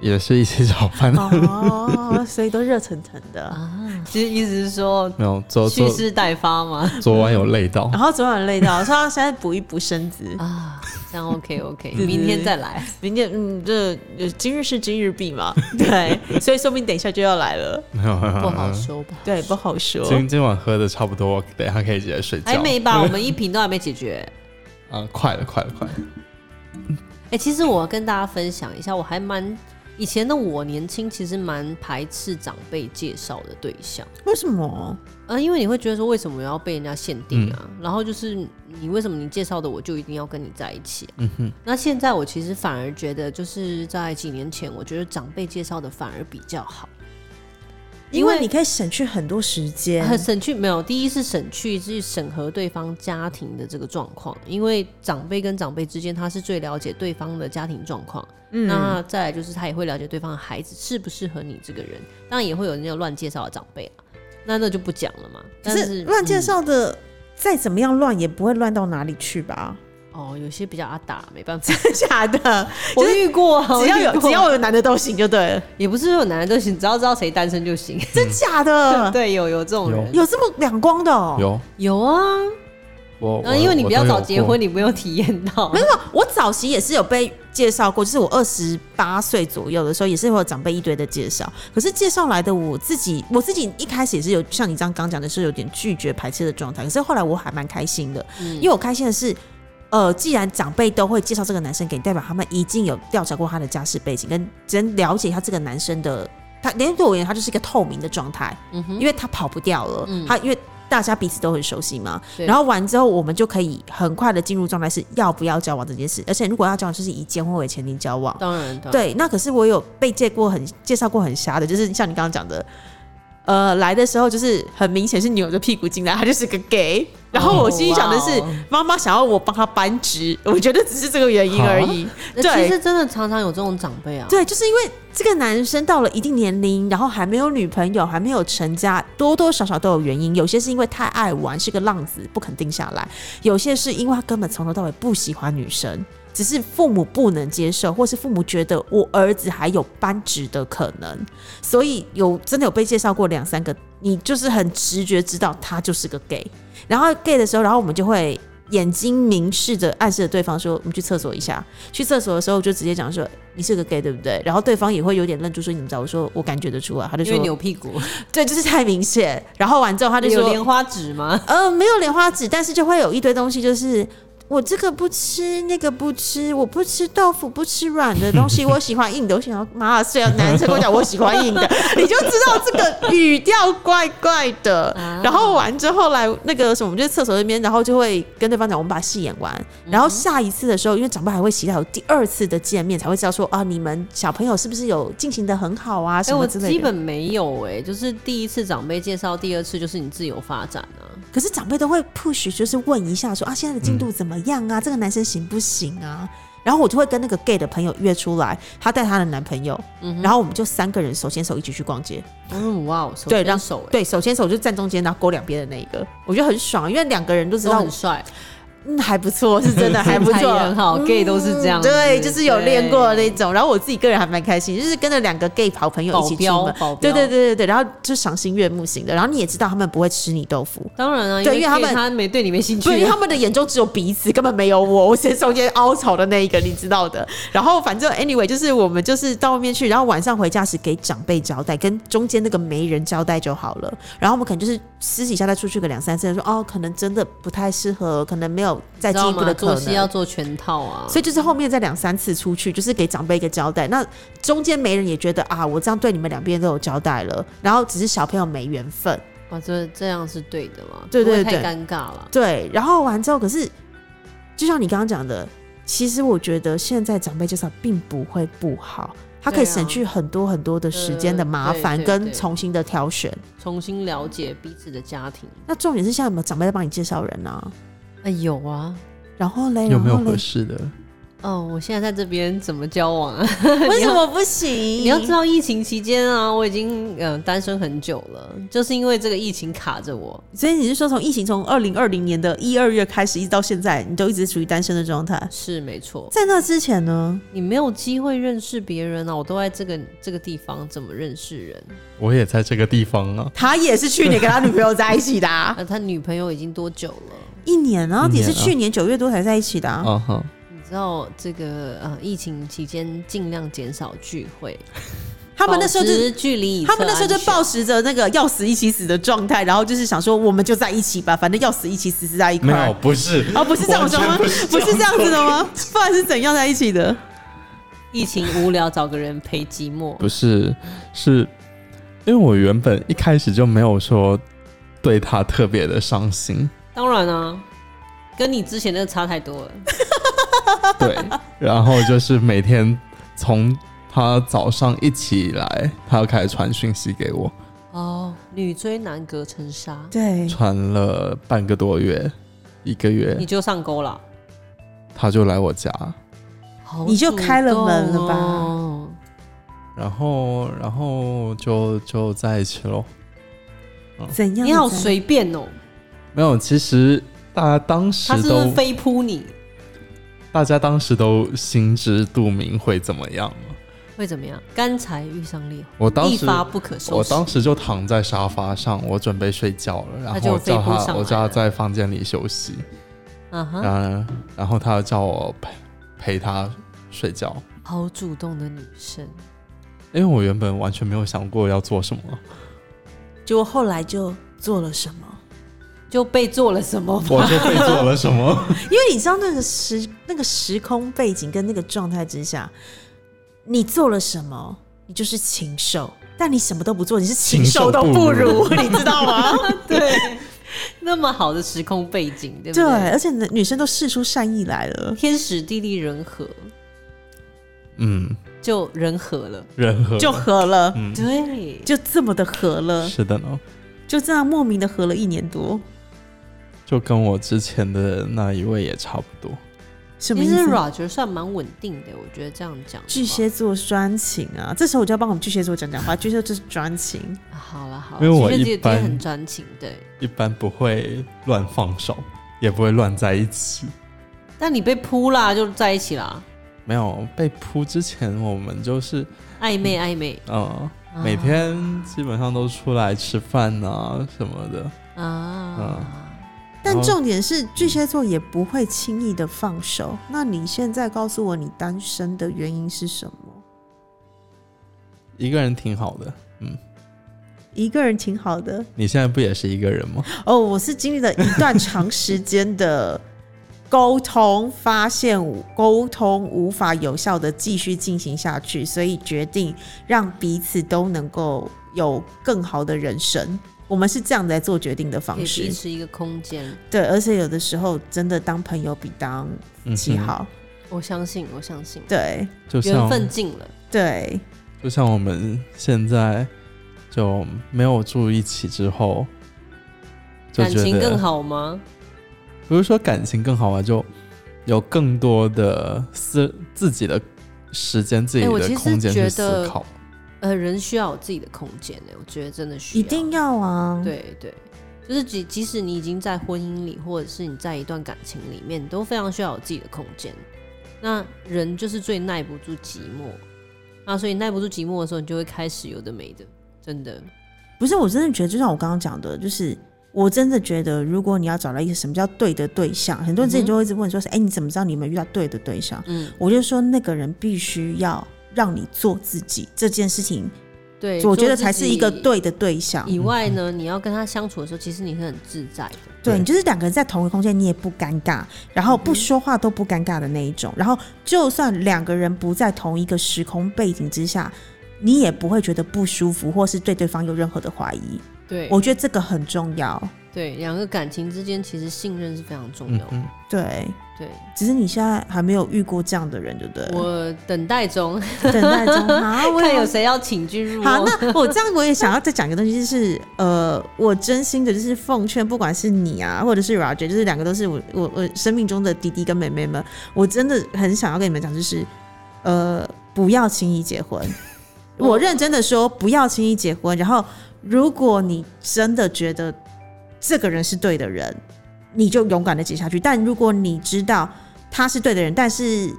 [SPEAKER 2] 也是一起炒饭。
[SPEAKER 1] 哦，所以都热腾腾的。
[SPEAKER 3] 啊，其实意思是说
[SPEAKER 2] 没有，昨昨
[SPEAKER 3] 蓄势待发嘛。
[SPEAKER 2] 昨晚有累到
[SPEAKER 1] 然，
[SPEAKER 3] 嗯
[SPEAKER 1] 后昨晚累到，说啊现在补一补身子，
[SPEAKER 3] 啊，这样 OK OK，
[SPEAKER 1] 对
[SPEAKER 3] 明天再来。
[SPEAKER 1] 明天嗯，这呃今日事今日毕嘛， 对，所以说不定等一下就要来了，
[SPEAKER 2] 没有
[SPEAKER 3] 不好。说吧，
[SPEAKER 1] 对，不好说。
[SPEAKER 2] 今今晚喝的差不多，等一下可以直接睡觉。
[SPEAKER 3] 还没哎吧？我们一瓶都还没解决。
[SPEAKER 2] 啊，快了，快了，快了。
[SPEAKER 3] 哎、其实我要跟大家分享一下，我还蛮以前的我年轻，其实蛮排斥长辈介绍的对象。
[SPEAKER 1] 为什么？
[SPEAKER 3] 啊，因为你会觉得说，为什么我要被人家限定
[SPEAKER 1] 嗯
[SPEAKER 3] 啊？然后就是你为什么你介绍的我就一定要跟你在一起、啊？
[SPEAKER 2] 嗯哼，
[SPEAKER 3] 那现在我其实反而觉得，就是在几年前，我觉得长辈介绍的反而比较好，
[SPEAKER 1] 因为你可以省去很多时间，
[SPEAKER 3] 很省去没有。第一是省去去审核对方家庭的这个状况，因为长辈跟长辈之间，他是最了解对方的家庭状况。
[SPEAKER 1] 嗯，
[SPEAKER 3] 那再来就是他也会了解对方的孩子适不适合你这个人，当然也会有人家乱介绍的长辈啊，那那就不讲了嘛。
[SPEAKER 1] 可
[SPEAKER 3] 但
[SPEAKER 1] 是乱介
[SPEAKER 3] 嗯
[SPEAKER 1] 绍的。再怎么样乱也不会乱到哪里去吧？
[SPEAKER 3] 哦，有些比较阿打，没办法。
[SPEAKER 1] 假的， 哦
[SPEAKER 3] 我遇过啊，
[SPEAKER 1] 只要有只要
[SPEAKER 3] 有，
[SPEAKER 1] 有男的都行就对了，
[SPEAKER 3] 也不是有男的都行，只要知道谁单身就行。
[SPEAKER 1] 真假的？
[SPEAKER 3] 对，有有这种人，
[SPEAKER 1] 有这么两光的哦？
[SPEAKER 2] 有
[SPEAKER 3] 有啊。
[SPEAKER 2] 我，
[SPEAKER 3] 呃嗯然后因为你比较早结婚，，你没有体验到
[SPEAKER 1] 没。有，我早期也是有被介绍过，就是我二十八岁左右的时候，也是会有长辈一堆的介绍。可是介绍来的我自己，我自己一开始也是有像你这样刚讲的是有点拒绝排斥的状态。可是后来我还蛮开心的，
[SPEAKER 3] 嗯
[SPEAKER 1] 因为我开心的是。呃，既然长辈都会介绍这个男生给你，代表他们已经有调查过他的家世背景，跟真了解他这个男生的，他连对我而言，他就是一个透明的状态，
[SPEAKER 3] 嗯哼
[SPEAKER 1] 因为他跑不掉了，
[SPEAKER 3] 嗯
[SPEAKER 1] 他因为大家彼此都很熟悉嘛，
[SPEAKER 3] 对
[SPEAKER 1] 然后完之后，我们就可以很快的进入状态，是要不要交往这件事。而且如果要交往，就是以结婚为前提交往。
[SPEAKER 3] 当然，当然，
[SPEAKER 1] 对，那可是我有被介过很介绍过很瞎的，就是像你刚刚讲的，呃，来的时候就是很明显是扭着屁股进来，他就是个 gay。然后我心里想的是
[SPEAKER 3] 哦哇哦，
[SPEAKER 1] 妈妈想要我帮他扳直，我觉得只是这个原因而已。
[SPEAKER 3] 那
[SPEAKER 1] 对
[SPEAKER 3] 呃其实真的常常有这种长辈啊，
[SPEAKER 1] 对，就是因为这个男生到了一定年龄，然后还没有女朋友，还没有成家，多多少少都有原因。有些是因为太爱玩，是个浪子，不肯定下来；有些是因为他根本从头到尾不喜欢女生，只是父母不能接受，或是父母觉得我儿子还有扳直的可能，所以有真的有被介绍过两三个，你就是很直觉知道他就是个 gay。然后 gay 的时候，然后我们就会眼睛明示着暗示着对方说：“我们去厕所一下。”去厕所的时候就直接讲说：“你是个 gay，对不对？”然后对方也会有点愣住说：“你怎么知道？”我说：“我感觉得出来。”他就
[SPEAKER 3] 因为
[SPEAKER 1] 说
[SPEAKER 3] 扭屁股，：“
[SPEAKER 1] 对，就是太明显。”然后完之后他就
[SPEAKER 3] 有
[SPEAKER 1] 说
[SPEAKER 3] 莲花指吗？：“
[SPEAKER 1] 呃，没有莲花指，但是就会有一堆东西，就是我这个不吃，那个不吃，我不吃豆腐，不吃软的东西，我喜欢硬的。”我想要妈，虽然男生跟我讲我喜欢硬的，你就知道这个语调怪怪的。
[SPEAKER 3] 啊
[SPEAKER 1] 然后完之后来那个什么，我们就在厕所那边，然后就会跟对方讲，我们把戏演完。
[SPEAKER 3] 嗯
[SPEAKER 1] 然后下一次的时候，因为长辈还会期待有第二次的见面，才会知道说啊，你们小朋友是不是有进行的很好啊
[SPEAKER 3] 哎，
[SPEAKER 1] 什
[SPEAKER 3] 我
[SPEAKER 1] 么之类的。
[SPEAKER 3] 基本没有哎，就是第一次长辈介绍，第二次就是你自由发展啊。
[SPEAKER 1] 可是长辈都会 push，就是问一下说啊，现在的进度怎么样
[SPEAKER 3] 嗯
[SPEAKER 1] 啊？这个男生行不行啊？然后我就会跟那个 gay 的朋友约出来，她带她的男朋友，然后我们就三个人手牵手一起去逛街。
[SPEAKER 3] 嗯，哇哦，手
[SPEAKER 1] 对
[SPEAKER 3] 牵
[SPEAKER 1] 让
[SPEAKER 3] 手哎，
[SPEAKER 1] 对，手牵手就站中间，然后勾两边的那一个，我觉得很爽，因为两个人都知
[SPEAKER 3] 都
[SPEAKER 1] 道
[SPEAKER 3] 很，帅，
[SPEAKER 1] 嗯，还不错，是 真的还不
[SPEAKER 3] 身材哦也
[SPEAKER 1] 错，嗯
[SPEAKER 3] 很好，gay 都是这样子，
[SPEAKER 1] 对，就是有练过的
[SPEAKER 3] 对
[SPEAKER 1] 那种。然后我自己个人还蛮开心，就是跟着两个 gay 好朋友一
[SPEAKER 3] 保
[SPEAKER 1] 起出
[SPEAKER 3] 镖
[SPEAKER 1] 门，，
[SPEAKER 3] 保镖，
[SPEAKER 1] 对对对。对对，然后就赏心悦目型的。然后你也知道他们不会吃你豆腐，
[SPEAKER 3] 当然啊，
[SPEAKER 1] 对因为他
[SPEAKER 3] 对
[SPEAKER 1] 们
[SPEAKER 3] 他没对你没兴趣啊
[SPEAKER 1] 对，因为他们的眼中只有彼此，根本没有我，我是中间凹槽的那一个，你知道的。然后反正 anyway，就是我们就是到外面去，然后晚上回家时给长辈交代，跟中间那个媒人交代就好了。然后我们可能就是私底下再出去个两三次，说哦，可能真的不太适合，可能没有再
[SPEAKER 3] 你知
[SPEAKER 1] 进
[SPEAKER 3] 道
[SPEAKER 1] 一步的
[SPEAKER 3] 吗？
[SPEAKER 1] 可
[SPEAKER 3] 做戏要
[SPEAKER 1] 能。
[SPEAKER 3] 做全套啊，
[SPEAKER 1] 所以就是后面再两三次出去，就是给长辈一个交代。那中间媒人也觉得啊，我这样对你们两边都有交代了，然后只是小朋友没缘分。
[SPEAKER 3] 哇，这这样是对的嘛？
[SPEAKER 1] 对对
[SPEAKER 3] 不会
[SPEAKER 1] 对
[SPEAKER 3] 太尴尬了。
[SPEAKER 1] 对，然后完之后，可是就像你刚刚讲的，其实我觉得现在长辈介绍并不会不好，它可以
[SPEAKER 3] 对啊
[SPEAKER 1] 省去很多很多的时间的麻
[SPEAKER 3] 呃
[SPEAKER 1] 烦
[SPEAKER 3] 对对
[SPEAKER 1] 跟
[SPEAKER 3] 对
[SPEAKER 1] 重新的挑选。
[SPEAKER 3] 重新了解彼此的家庭。
[SPEAKER 1] 那重点是现在有没有长辈在帮你介绍人啊？
[SPEAKER 3] 哎，有啊，
[SPEAKER 1] 然后嘞，
[SPEAKER 2] 有没有
[SPEAKER 1] 然后
[SPEAKER 2] 合
[SPEAKER 1] 嘞？
[SPEAKER 2] 适的？
[SPEAKER 3] 哦，我现在在这边怎么交往啊？
[SPEAKER 1] 为什么不行？ 你
[SPEAKER 3] 你要知道，疫情期间啊，我已经嗯、呃单身很久了，就是因为这个疫情卡着我。
[SPEAKER 1] 所以你是说从疫情从二零二零年的一二月开始，一直到现在，你都一直处于单身的状态？
[SPEAKER 3] 是没错，
[SPEAKER 1] 在那之前呢？
[SPEAKER 3] 你没有机会认识别人啊！我都在这个这个地方，怎么认识人？
[SPEAKER 2] 我也在这个地方啊，
[SPEAKER 1] 他也是去年跟他女朋友在一起的、 啊，
[SPEAKER 3] 那他女朋友已经多久了？
[SPEAKER 1] 一年啊，
[SPEAKER 2] 一
[SPEAKER 1] 也
[SPEAKER 2] 年
[SPEAKER 1] 是
[SPEAKER 2] 啊
[SPEAKER 1] 去年九月多才在一起的啊。
[SPEAKER 2] 啊哈，
[SPEAKER 3] 你知道这个呃，疫情期间尽量减少聚会，
[SPEAKER 1] 他们那时候就
[SPEAKER 3] 保
[SPEAKER 1] 是
[SPEAKER 3] 持距离以
[SPEAKER 1] 他们那时候就
[SPEAKER 3] 测安全
[SPEAKER 1] 抱持着那个要死一起死的状态，然后就是想说我们就在一起吧，反正要死一起死死在一
[SPEAKER 2] 没
[SPEAKER 1] 块
[SPEAKER 2] 有
[SPEAKER 1] 儿。，
[SPEAKER 2] 不是，
[SPEAKER 1] 哦，不是这种说吗？
[SPEAKER 2] 完全不是
[SPEAKER 1] 不是这样子的吗？不然是怎样在一起的？
[SPEAKER 3] 疫情无聊，找个人陪寂寞。
[SPEAKER 2] 不是，是因为我原本一开始就没有说对他特别的伤心，
[SPEAKER 3] 当然啊，跟你之前那个差太多了。
[SPEAKER 2] 对，然后就是每天从他早上一起来，他就开始传讯息给我，
[SPEAKER 3] 哦，女追男隔层纱，
[SPEAKER 1] 对，
[SPEAKER 2] 传了半个多月，一个月
[SPEAKER 3] 你，就上钩了，
[SPEAKER 2] 他就来我家，
[SPEAKER 3] 好哦
[SPEAKER 1] 你就开了门了吧
[SPEAKER 3] 主动哦
[SPEAKER 2] 然后然后就就在一起喽。
[SPEAKER 1] 怎样？
[SPEAKER 3] 你好，随便哦，
[SPEAKER 2] 没
[SPEAKER 3] 没
[SPEAKER 2] 有，其实大家当时
[SPEAKER 3] 他是不
[SPEAKER 2] 都
[SPEAKER 3] 是飞扑你？
[SPEAKER 2] 大家当时都心知肚明会怎么样了。
[SPEAKER 3] 会怎么样？干柴遇上烈
[SPEAKER 2] 我当
[SPEAKER 3] 火，一
[SPEAKER 2] 时
[SPEAKER 3] 发不可收
[SPEAKER 2] 我
[SPEAKER 3] 拾。
[SPEAKER 2] 当时就躺在沙发上，我准备睡觉了，然
[SPEAKER 3] 他
[SPEAKER 2] 后
[SPEAKER 3] 就
[SPEAKER 2] 我叫
[SPEAKER 3] 飞扑
[SPEAKER 2] 他，
[SPEAKER 3] 上来
[SPEAKER 2] 我叫他
[SPEAKER 3] 了
[SPEAKER 2] 在房间里休息，
[SPEAKER 3] 啊哈，
[SPEAKER 2] 然后然后他叫我陪陪他睡觉，
[SPEAKER 3] 好主动的女生，
[SPEAKER 2] 因为我原本完全没有想过要做 什么，
[SPEAKER 1] 结果后来就做了什么？
[SPEAKER 3] 就被做了什么吧？
[SPEAKER 2] 我就被做了什么，
[SPEAKER 1] 因为你知道那个时那个时空背景跟那个状态之下，你做了什么，你就是禽兽。但你什么都不做，你是禽兽都不 如，你知道 吗？
[SPEAKER 3] 对， 那么好的时空背景，对不
[SPEAKER 1] 对，
[SPEAKER 3] 对？
[SPEAKER 1] 而且女生都试出善意来了。
[SPEAKER 3] 天时地利人和，
[SPEAKER 2] 嗯，
[SPEAKER 3] 就人和了，
[SPEAKER 2] 人和
[SPEAKER 1] 就 合了，
[SPEAKER 2] 嗯，
[SPEAKER 3] 对，
[SPEAKER 1] 就这么的合了，
[SPEAKER 2] 是的呢，
[SPEAKER 1] 就这样莫名的合了一年多，
[SPEAKER 2] 就跟我之前的那一位也差不多。
[SPEAKER 1] 什么
[SPEAKER 3] 其
[SPEAKER 1] 意
[SPEAKER 3] 实
[SPEAKER 1] 思？
[SPEAKER 3] Roger 算蛮稳定的，我觉得这样讲的话。
[SPEAKER 1] 巨蟹座专情啊，这时候我就要帮我们巨蟹座讲 讲话。巨蟹座就是专情，
[SPEAKER 3] 啊好了好了，
[SPEAKER 2] 因为我
[SPEAKER 3] 巨蟹
[SPEAKER 2] 一
[SPEAKER 3] 座
[SPEAKER 2] 般
[SPEAKER 3] 很专情，对。
[SPEAKER 2] 一般不会乱放手，也不会乱在一起。
[SPEAKER 3] 但你被扑啦，就在一起啦，
[SPEAKER 2] 没有被扑之前，我们就是
[SPEAKER 3] 暧昧暧昧，
[SPEAKER 2] 呃，每天基本上都出来吃饭啊什么的。
[SPEAKER 3] 啊啊，
[SPEAKER 1] 但
[SPEAKER 2] 哦
[SPEAKER 1] 重点是巨蟹座也不会轻易的放手。那你现在告诉我你单身的原因是什么？
[SPEAKER 2] 一个人挺好的，嗯，
[SPEAKER 1] 一个人挺好的
[SPEAKER 2] 你现在不也是一个人吗？
[SPEAKER 1] 哦，我是经历了一段长时间的沟通，发现无沟通无法有效的继续进行下去，所以决定让彼此都能够有更好的人生。我们是这样来做决定
[SPEAKER 2] 啊
[SPEAKER 1] 的
[SPEAKER 3] 给
[SPEAKER 1] 方式
[SPEAKER 3] 彼，此一个空间。
[SPEAKER 1] 对，而且有的时候真的当朋友比当
[SPEAKER 2] 嗯哼嗯
[SPEAKER 1] 妻，好，
[SPEAKER 3] 我相信，我相信，
[SPEAKER 1] 对
[SPEAKER 2] 就
[SPEAKER 3] 缘
[SPEAKER 2] 像
[SPEAKER 3] 分尽了，
[SPEAKER 1] 对，
[SPEAKER 2] 就像我们现在就没有住一起之后，就
[SPEAKER 3] 感
[SPEAKER 2] 觉
[SPEAKER 3] 情更
[SPEAKER 2] 得
[SPEAKER 3] 好吗？
[SPEAKER 2] 不是说感情更好啊，就有更多的思自己的时间、自己
[SPEAKER 3] 哎我
[SPEAKER 2] 的
[SPEAKER 3] 其实
[SPEAKER 2] 空间
[SPEAKER 3] 觉
[SPEAKER 2] 去
[SPEAKER 3] 得
[SPEAKER 2] 思考。
[SPEAKER 3] 呃，人需要有自己的空间呢，我觉得真的需要，
[SPEAKER 1] 一定要啊，
[SPEAKER 3] 对对，就是即即使你已经在婚姻里，或者是你在一段感情里面，你都非常需要有自己的空间。那人就是最耐不住寂寞，那所以耐不住寂寞的时候，你就会开始有的没的，真的。
[SPEAKER 1] 不是，我真的觉得，就像我刚刚讲的，就是我真的觉得，如果你要找到一个什么叫对的对象，很多人之前就会一直问说是，哎、你怎么知道你有没有遇到对的对象？
[SPEAKER 3] 嗯，
[SPEAKER 1] 我就说那个人必须要让你做自己这件事情，
[SPEAKER 3] 对，
[SPEAKER 1] 我觉得
[SPEAKER 3] 做自
[SPEAKER 1] 才是一个
[SPEAKER 3] 己
[SPEAKER 1] 对的对象。
[SPEAKER 3] 以外呢，你要跟他相处的时候，其实你是很自在的，
[SPEAKER 1] 对
[SPEAKER 2] 对
[SPEAKER 1] 你就是两个人在同一个空间，你也不尴尬，然后不说话都不尴尬的那一种。然后就算两个人不在同一个时空背景之下，你也不会觉得不舒服，或是对对方有任何的怀疑。
[SPEAKER 3] 对
[SPEAKER 1] 我觉得这个很重要。
[SPEAKER 3] 对两个感情之间其实信任是非常重
[SPEAKER 2] 嗯
[SPEAKER 3] 要的。
[SPEAKER 2] 嗯，
[SPEAKER 1] 对，
[SPEAKER 3] 对
[SPEAKER 1] 只是你现在还没有遇过这样的人，对不对？
[SPEAKER 3] 我等待中，
[SPEAKER 1] 等待中 啊，我
[SPEAKER 3] 看
[SPEAKER 1] 也
[SPEAKER 3] 有谁要请君入
[SPEAKER 1] 好，
[SPEAKER 3] 瓮。
[SPEAKER 1] 那我这样我也想要再讲一个东西，就是呃，我真心的就是奉劝，不管是你啊，或者是 Roger，就是两个都是我我我生命中的弟弟跟妹妹们，我真的很想要跟你们讲，就是呃，不要轻易结婚。我认真的说，不要轻易结婚。然后，如果你真的觉得这个人是对的人，你就勇敢的结下去。但如果你知道他是对的人，但是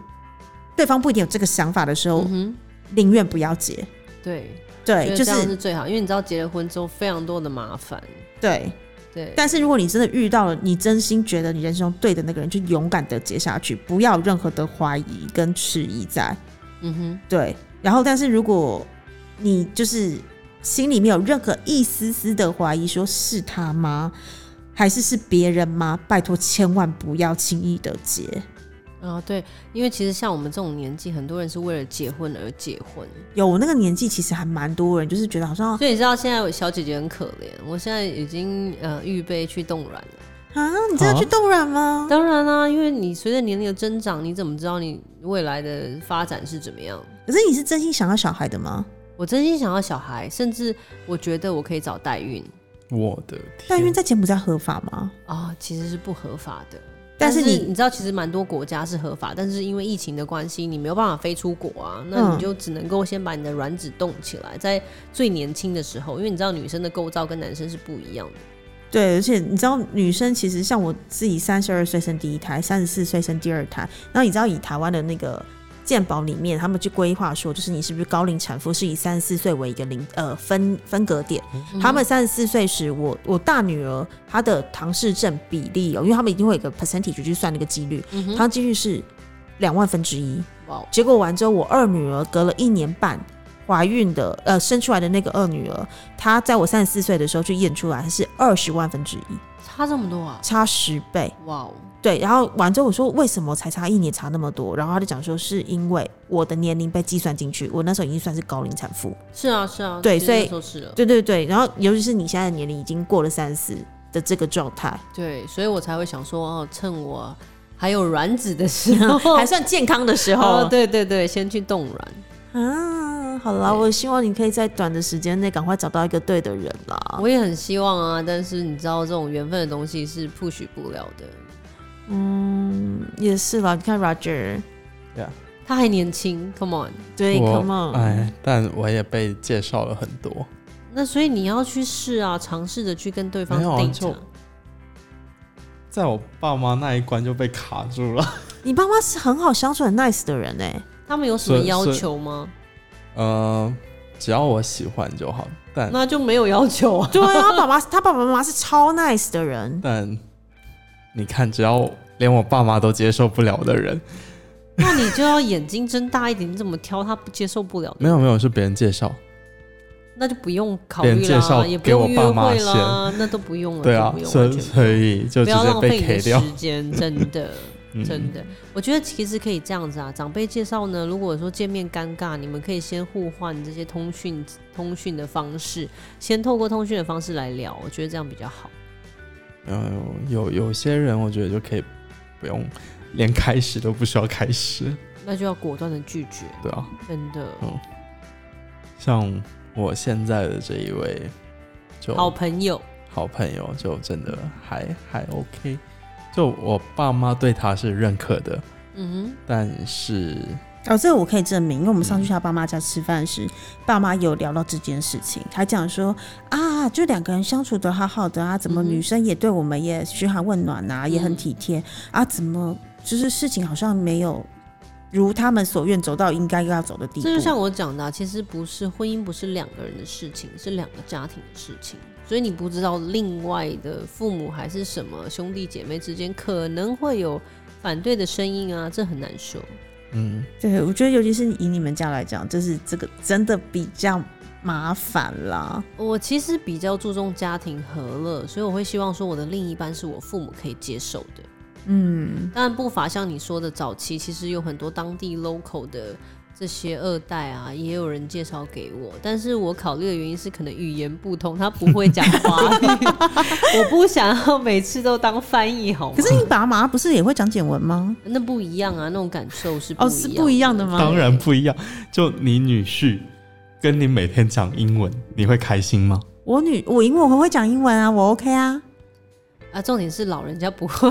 [SPEAKER 1] 对方不一定有这个想法的时候
[SPEAKER 3] 嗯，哼，
[SPEAKER 1] 宁愿不要结。
[SPEAKER 3] 对，
[SPEAKER 1] 对，哎就
[SPEAKER 3] 觉得这样
[SPEAKER 1] 是
[SPEAKER 3] 是最好，因为你知道结了婚之后非常多的麻烦。
[SPEAKER 1] 对。
[SPEAKER 3] 对，
[SPEAKER 1] 但是如果你真的遇到了，你真心觉得你人生中对的那个人，就勇敢的接下去，不要有任何的怀疑跟迟疑在。
[SPEAKER 3] 嗯哼，
[SPEAKER 1] 对，然后但是如果你就是心里面有任何一丝丝的怀疑，说是他吗？还是是别人吗？拜托，千万不要轻易的结。
[SPEAKER 3] 啊，对，因为其实像我们这种年纪，很多人是为了结婚而结婚，
[SPEAKER 1] 有我那个年纪，其实还蛮多人就是觉得好像
[SPEAKER 3] 所以你知道现在有小姐姐很可怜，我现在已经呃预备去冻卵了。
[SPEAKER 1] 啊，你真的去冻卵吗？
[SPEAKER 3] 当然啦、因为你随着年龄的增长，你怎么知道你未来的发展是怎么样？
[SPEAKER 1] 可是你是真心想要小孩的吗？
[SPEAKER 3] 我真心想要小孩，甚至我觉得我可以找代孕
[SPEAKER 2] 我的
[SPEAKER 1] 代
[SPEAKER 2] 天
[SPEAKER 1] 孕，在柬埔寨合法吗？
[SPEAKER 3] 啊、其实是不合法的。
[SPEAKER 1] 但是
[SPEAKER 3] 是
[SPEAKER 1] 你
[SPEAKER 3] 你知道，其实蛮多国家是合法，但是因为疫情的关系，你没有办法飞出国啊，那
[SPEAKER 1] 嗯
[SPEAKER 3] 你就只能够先把你的卵子冻起来，在最年轻的时候，因为你知道女生的构造跟男生是不一样的。
[SPEAKER 1] 对，而且你知道，女生其实像我自己，三十二岁生第一胎，三十四岁生第二胎。然后你知道，以台湾的那个健保里面，他们去规划说，就是你是不是高龄产妇，是以三十四岁为一个零呃分分隔点。
[SPEAKER 3] 嗯
[SPEAKER 1] 他们三十四岁时，我我大女儿她的唐氏症比例哦，因为他们一定会有一个 percentage 去算那个几率，
[SPEAKER 3] 嗯哼，
[SPEAKER 1] 她几率是两万分之一。
[SPEAKER 3] 哇哦，
[SPEAKER 1] 结果完之后，我二女儿隔了一年半怀孕的，呃，生出来的那个二女儿，她在我三十四岁的时候去验出来是二十万分之一，
[SPEAKER 3] 差这么多啊！
[SPEAKER 1] 差十倍。
[SPEAKER 3] 哇哦，
[SPEAKER 1] 对，然后完之后我说为什么才差一年差那么多？然后她就讲说是因为我的年龄被计算进去，我那时候已经算是高龄产妇。
[SPEAKER 3] 是啊是啊，
[SPEAKER 1] 对
[SPEAKER 3] 其实那
[SPEAKER 1] 所以
[SPEAKER 3] 时候是了，
[SPEAKER 1] 对对对，然后尤其是你现在的年龄已经过了三十四的这个状态，
[SPEAKER 3] 对，所以我才会想说，哦，趁我还有卵子的时候，
[SPEAKER 1] 还算健康的时候，
[SPEAKER 3] 哦
[SPEAKER 1] 嗯
[SPEAKER 3] 哦，对对对，先去冻卵。
[SPEAKER 4] 啊，好啦，
[SPEAKER 3] 对
[SPEAKER 4] 我希望你可以在短的时间内赶快找到一个对的人啦。
[SPEAKER 3] 我也很希望啊，但是你知道这种缘分的东西是 push 不了的。
[SPEAKER 4] 嗯，也是啦，你看 Roger，
[SPEAKER 3] 他还年轻，Come on。
[SPEAKER 4] 对
[SPEAKER 2] 我
[SPEAKER 4] ，Come on，
[SPEAKER 2] 哎，但我也被介绍了很多，
[SPEAKER 3] 那所以你要去试啊，尝试着去跟对方
[SPEAKER 2] 没有啊
[SPEAKER 3] date
[SPEAKER 2] 就
[SPEAKER 3] 啊。
[SPEAKER 2] 在我爸妈那一关就被卡住了。
[SPEAKER 4] 你爸妈是很好相处、很 nice 的人哎、
[SPEAKER 1] 欸
[SPEAKER 3] 他们有什么
[SPEAKER 2] 所以
[SPEAKER 3] 要
[SPEAKER 2] 所以
[SPEAKER 3] 求吗？
[SPEAKER 2] 嗯，只要我喜欢就好，但
[SPEAKER 3] 那就没有要求啊。
[SPEAKER 4] 对啊，他爸爸他爸爸妈妈是超 nice 的人，
[SPEAKER 2] 但你看，只要连我爸妈都接受不了的人，
[SPEAKER 3] 那你就要眼睛睁大一点，你怎么挑他不接受不了的？
[SPEAKER 2] 没有没有是别人介绍，
[SPEAKER 3] 那就不用考
[SPEAKER 2] 别
[SPEAKER 3] 虑
[SPEAKER 2] 人介绍
[SPEAKER 3] 啦，也不
[SPEAKER 2] 给我
[SPEAKER 3] 用约
[SPEAKER 2] 爸妈
[SPEAKER 3] 会啦，那都不用了，
[SPEAKER 2] 对啊
[SPEAKER 3] 都不，用
[SPEAKER 2] 所
[SPEAKER 3] 完
[SPEAKER 2] 以
[SPEAKER 3] 全不
[SPEAKER 2] 所
[SPEAKER 3] 用
[SPEAKER 2] 以就
[SPEAKER 3] 不
[SPEAKER 2] 直
[SPEAKER 3] 要
[SPEAKER 2] 接
[SPEAKER 3] 浪费
[SPEAKER 2] 被
[SPEAKER 3] 你的
[SPEAKER 2] K 掉。嗯
[SPEAKER 3] 时间，真 的。真的，我觉得其实可以这样子啊。长辈介绍呢，如果说见面尴尬，你们可以先互换这些通讯通讯的方式，先透过通讯的方式来聊，我觉得这样比较好。
[SPEAKER 2] 嗯，有有些人我觉得就可以不用，连开始都不需要开始，
[SPEAKER 3] 那就要果断的拒绝，
[SPEAKER 2] 对啊。
[SPEAKER 3] 真的。
[SPEAKER 2] 像我现在的这一位，就
[SPEAKER 3] 好朋友，
[SPEAKER 2] 好朋友就真的还还 OK，就我爸妈对他是认可的，
[SPEAKER 3] 嗯
[SPEAKER 2] 但是
[SPEAKER 1] 哦，这个我可以证明，因为我们上次去他爸妈家吃饭时，爸妈有聊到这件事情，还讲说啊，就两个人相处的好好的啊，怎么
[SPEAKER 3] 嗯哼嗯
[SPEAKER 1] 女生也对我们也嘘寒问暖啊，也很体贴啊，怎么就是事情好像没有如他们所愿走到应该要走的地
[SPEAKER 3] 哼，
[SPEAKER 1] 步。
[SPEAKER 3] 这就像我讲的啊、其实不是婚姻，不是两个人的事情，是两个家庭的事情。所以你不知道另外的父母还是什么兄弟姐妹之间可能会有反对的声音啊，这很难说。
[SPEAKER 2] 嗯，
[SPEAKER 1] 对，我觉得尤其是以你们家来讲，就是这个真的比较麻烦啦。
[SPEAKER 3] 我其实比较注重家庭和乐，所以我会希望说我的另一半是我父母可以接受的。
[SPEAKER 1] 嗯，
[SPEAKER 3] 当然不乏像你说的，早期其实有很多当地 local 的这些二代啊，也有人介绍给我。但是我考虑的原因是，可能语言不通，他不会讲华 语，我不想要每次都当翻译，好吗？
[SPEAKER 1] 可是你爸妈不是也会讲简文吗？
[SPEAKER 3] 那不一样啊，那种感受是
[SPEAKER 1] 哦，
[SPEAKER 3] 不
[SPEAKER 1] 是不一样的吗？
[SPEAKER 2] 当然不一样。就你女婿跟你每天讲英文，你会开心吗？
[SPEAKER 1] 我女我因为我会讲英文啊，我 OK 啊。
[SPEAKER 3] 啊。重点是老人家不会。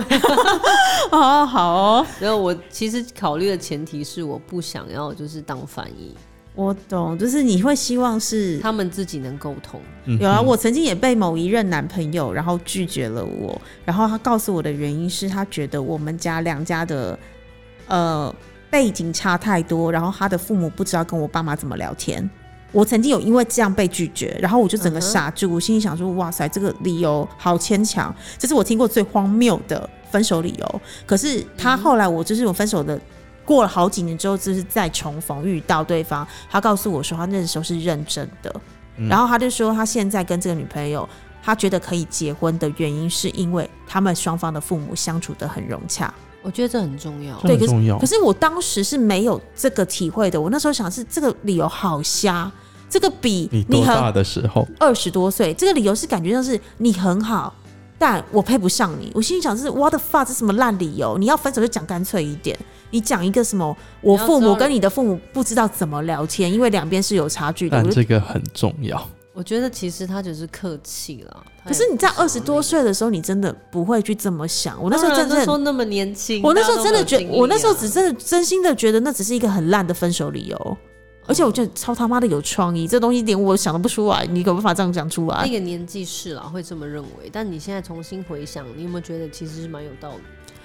[SPEAKER 1] 哦，好哦，
[SPEAKER 3] 然后我其实考虑的前提是，我不想要就是当翻 译，
[SPEAKER 1] 我懂，就是你会希望是
[SPEAKER 3] 他们自己能沟通。
[SPEAKER 2] 嗯
[SPEAKER 1] 有啊。我曾经也被某一任男朋友，然后拒绝了我，然后他告诉我的原因是他觉得我们家两家的呃背景差太多，然后他的父母不知道跟我爸妈怎么聊天。我曾经有因为这样被拒绝，然后我就整个
[SPEAKER 3] 嗯哼
[SPEAKER 1] 傻住，我心里想说：哇塞，这个理由好牵强，这是我听过最荒谬的分手理由。可是
[SPEAKER 3] 嗯
[SPEAKER 1] 他后来，我就是我分手的，过了好几年之后，就是再重逢遇到对方，他告诉我说他那时候是认真的，
[SPEAKER 2] 嗯
[SPEAKER 1] 然后他就说他现在跟这个女朋友，他觉得可以结婚的原因是因为他们双方的父母相处的很融洽。
[SPEAKER 3] 我觉得这很重要。
[SPEAKER 2] 这
[SPEAKER 1] 对
[SPEAKER 2] 很重要
[SPEAKER 1] 可。是我当时是没有这个体会的，我那时候想是这个理由好瞎，这个比
[SPEAKER 2] 你
[SPEAKER 1] 你
[SPEAKER 2] 多
[SPEAKER 1] 很
[SPEAKER 2] 大的时候？
[SPEAKER 1] 二十多岁，这个理由是感觉像是你很好，但我配不上你。我心里想是 what the fuck，这什么烂理由？你要分手就讲干脆一点，你讲一个什么？我父母
[SPEAKER 3] 你要知道
[SPEAKER 1] 跟你的父母不知道怎么聊天，因为两边是有差距的。
[SPEAKER 2] 但
[SPEAKER 1] 我就
[SPEAKER 2] 这个很重要。
[SPEAKER 3] 我觉得其实他就是客气了。
[SPEAKER 1] 可是你在
[SPEAKER 3] 他也不
[SPEAKER 1] 二
[SPEAKER 3] 想
[SPEAKER 1] 十
[SPEAKER 3] 要
[SPEAKER 1] 多
[SPEAKER 3] 那个，
[SPEAKER 1] 岁的时候，你真的不会去这么想。我
[SPEAKER 3] 我
[SPEAKER 1] 那时候真
[SPEAKER 3] 嗯啊那时候
[SPEAKER 1] 的，
[SPEAKER 3] 那么年轻，
[SPEAKER 1] 我那时
[SPEAKER 3] 大
[SPEAKER 1] 候
[SPEAKER 3] 家
[SPEAKER 1] 真
[SPEAKER 3] 都没有
[SPEAKER 1] 的觉，
[SPEAKER 3] 经历啊
[SPEAKER 1] 我那时候只真的真心的觉得那只是一个很烂的分手理由，而且我觉得超他妈的有创意，这东西连我想都不出来，你有办法这样讲出来
[SPEAKER 3] 那？个年纪是啦，会这么认为。但你现在重新回想，你有没有觉得其实是蛮有道理？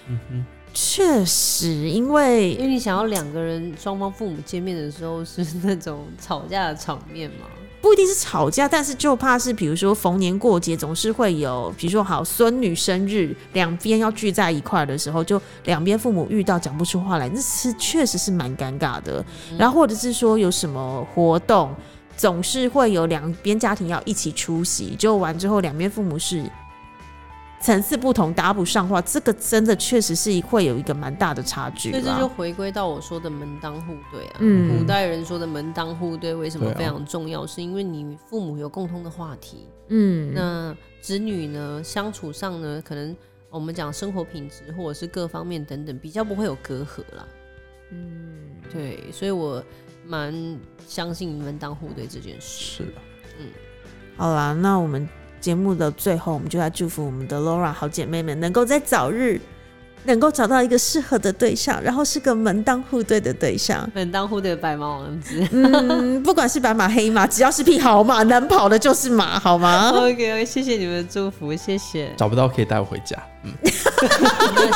[SPEAKER 2] 嗯哼，
[SPEAKER 1] 确实，因
[SPEAKER 3] 因
[SPEAKER 1] 为
[SPEAKER 3] 为你想要两个人双方父母见面的时候是那种吵架的场面 嘛。
[SPEAKER 1] 不一定是吵架，但是就怕是，比如说逢年过节总是会有，比如说好孙女生日，两边要聚在一块儿的时候，就两边父母遇到讲不出话来，那是确实是蛮尴尬的。
[SPEAKER 3] 嗯
[SPEAKER 1] 然后或者是说有什么活动，总是会有两边家庭要一起出席，就完之后两边父母是。层次不同，搭不上话，这个真的确实是会有一个蛮大的差距
[SPEAKER 3] 所以这
[SPEAKER 1] 啦
[SPEAKER 3] 就回归到我说的门当户对啊。
[SPEAKER 1] 嗯
[SPEAKER 3] 古代人说的门当户对为什么
[SPEAKER 2] 对啊
[SPEAKER 3] 非常重要？是因为你父母有共通的话题，
[SPEAKER 1] 嗯，
[SPEAKER 3] 那子女呢，相处上呢，可能我们讲生活品质或者是各方面等等，比较不会有隔阂啦。嗯，对，所以我蛮相信门当户对这件事。
[SPEAKER 2] 是的，
[SPEAKER 1] 好啦，那我们节目的最后，我们就来祝福我们的 Laura 好姐妹们能够在早日能够找到一个适合的对象，然后是个门当户对的对 象。
[SPEAKER 3] 门当户对的白马王 子。
[SPEAKER 1] 嗯，不管是白马黑马，只要是匹好马，能跑的就是马，好 吗？
[SPEAKER 3] OK，谢谢你们的祝福，谢 谢。
[SPEAKER 2] 找不到可以带我回家。嗯，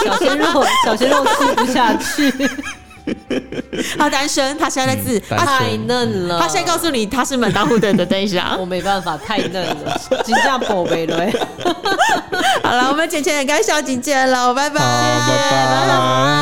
[SPEAKER 3] 小鲜肉，小鲜肉吃不下去，
[SPEAKER 1] 他单身，他现在在自，
[SPEAKER 2] 嗯单身
[SPEAKER 3] 太嫩了。
[SPEAKER 1] 他现在告诉你他是门当户对的对象。
[SPEAKER 3] 我没办法，太嫩了，金价宝贝了。
[SPEAKER 1] 好了，我们浅浅的该小姐姐了，拜拜，
[SPEAKER 2] 好，拜拜。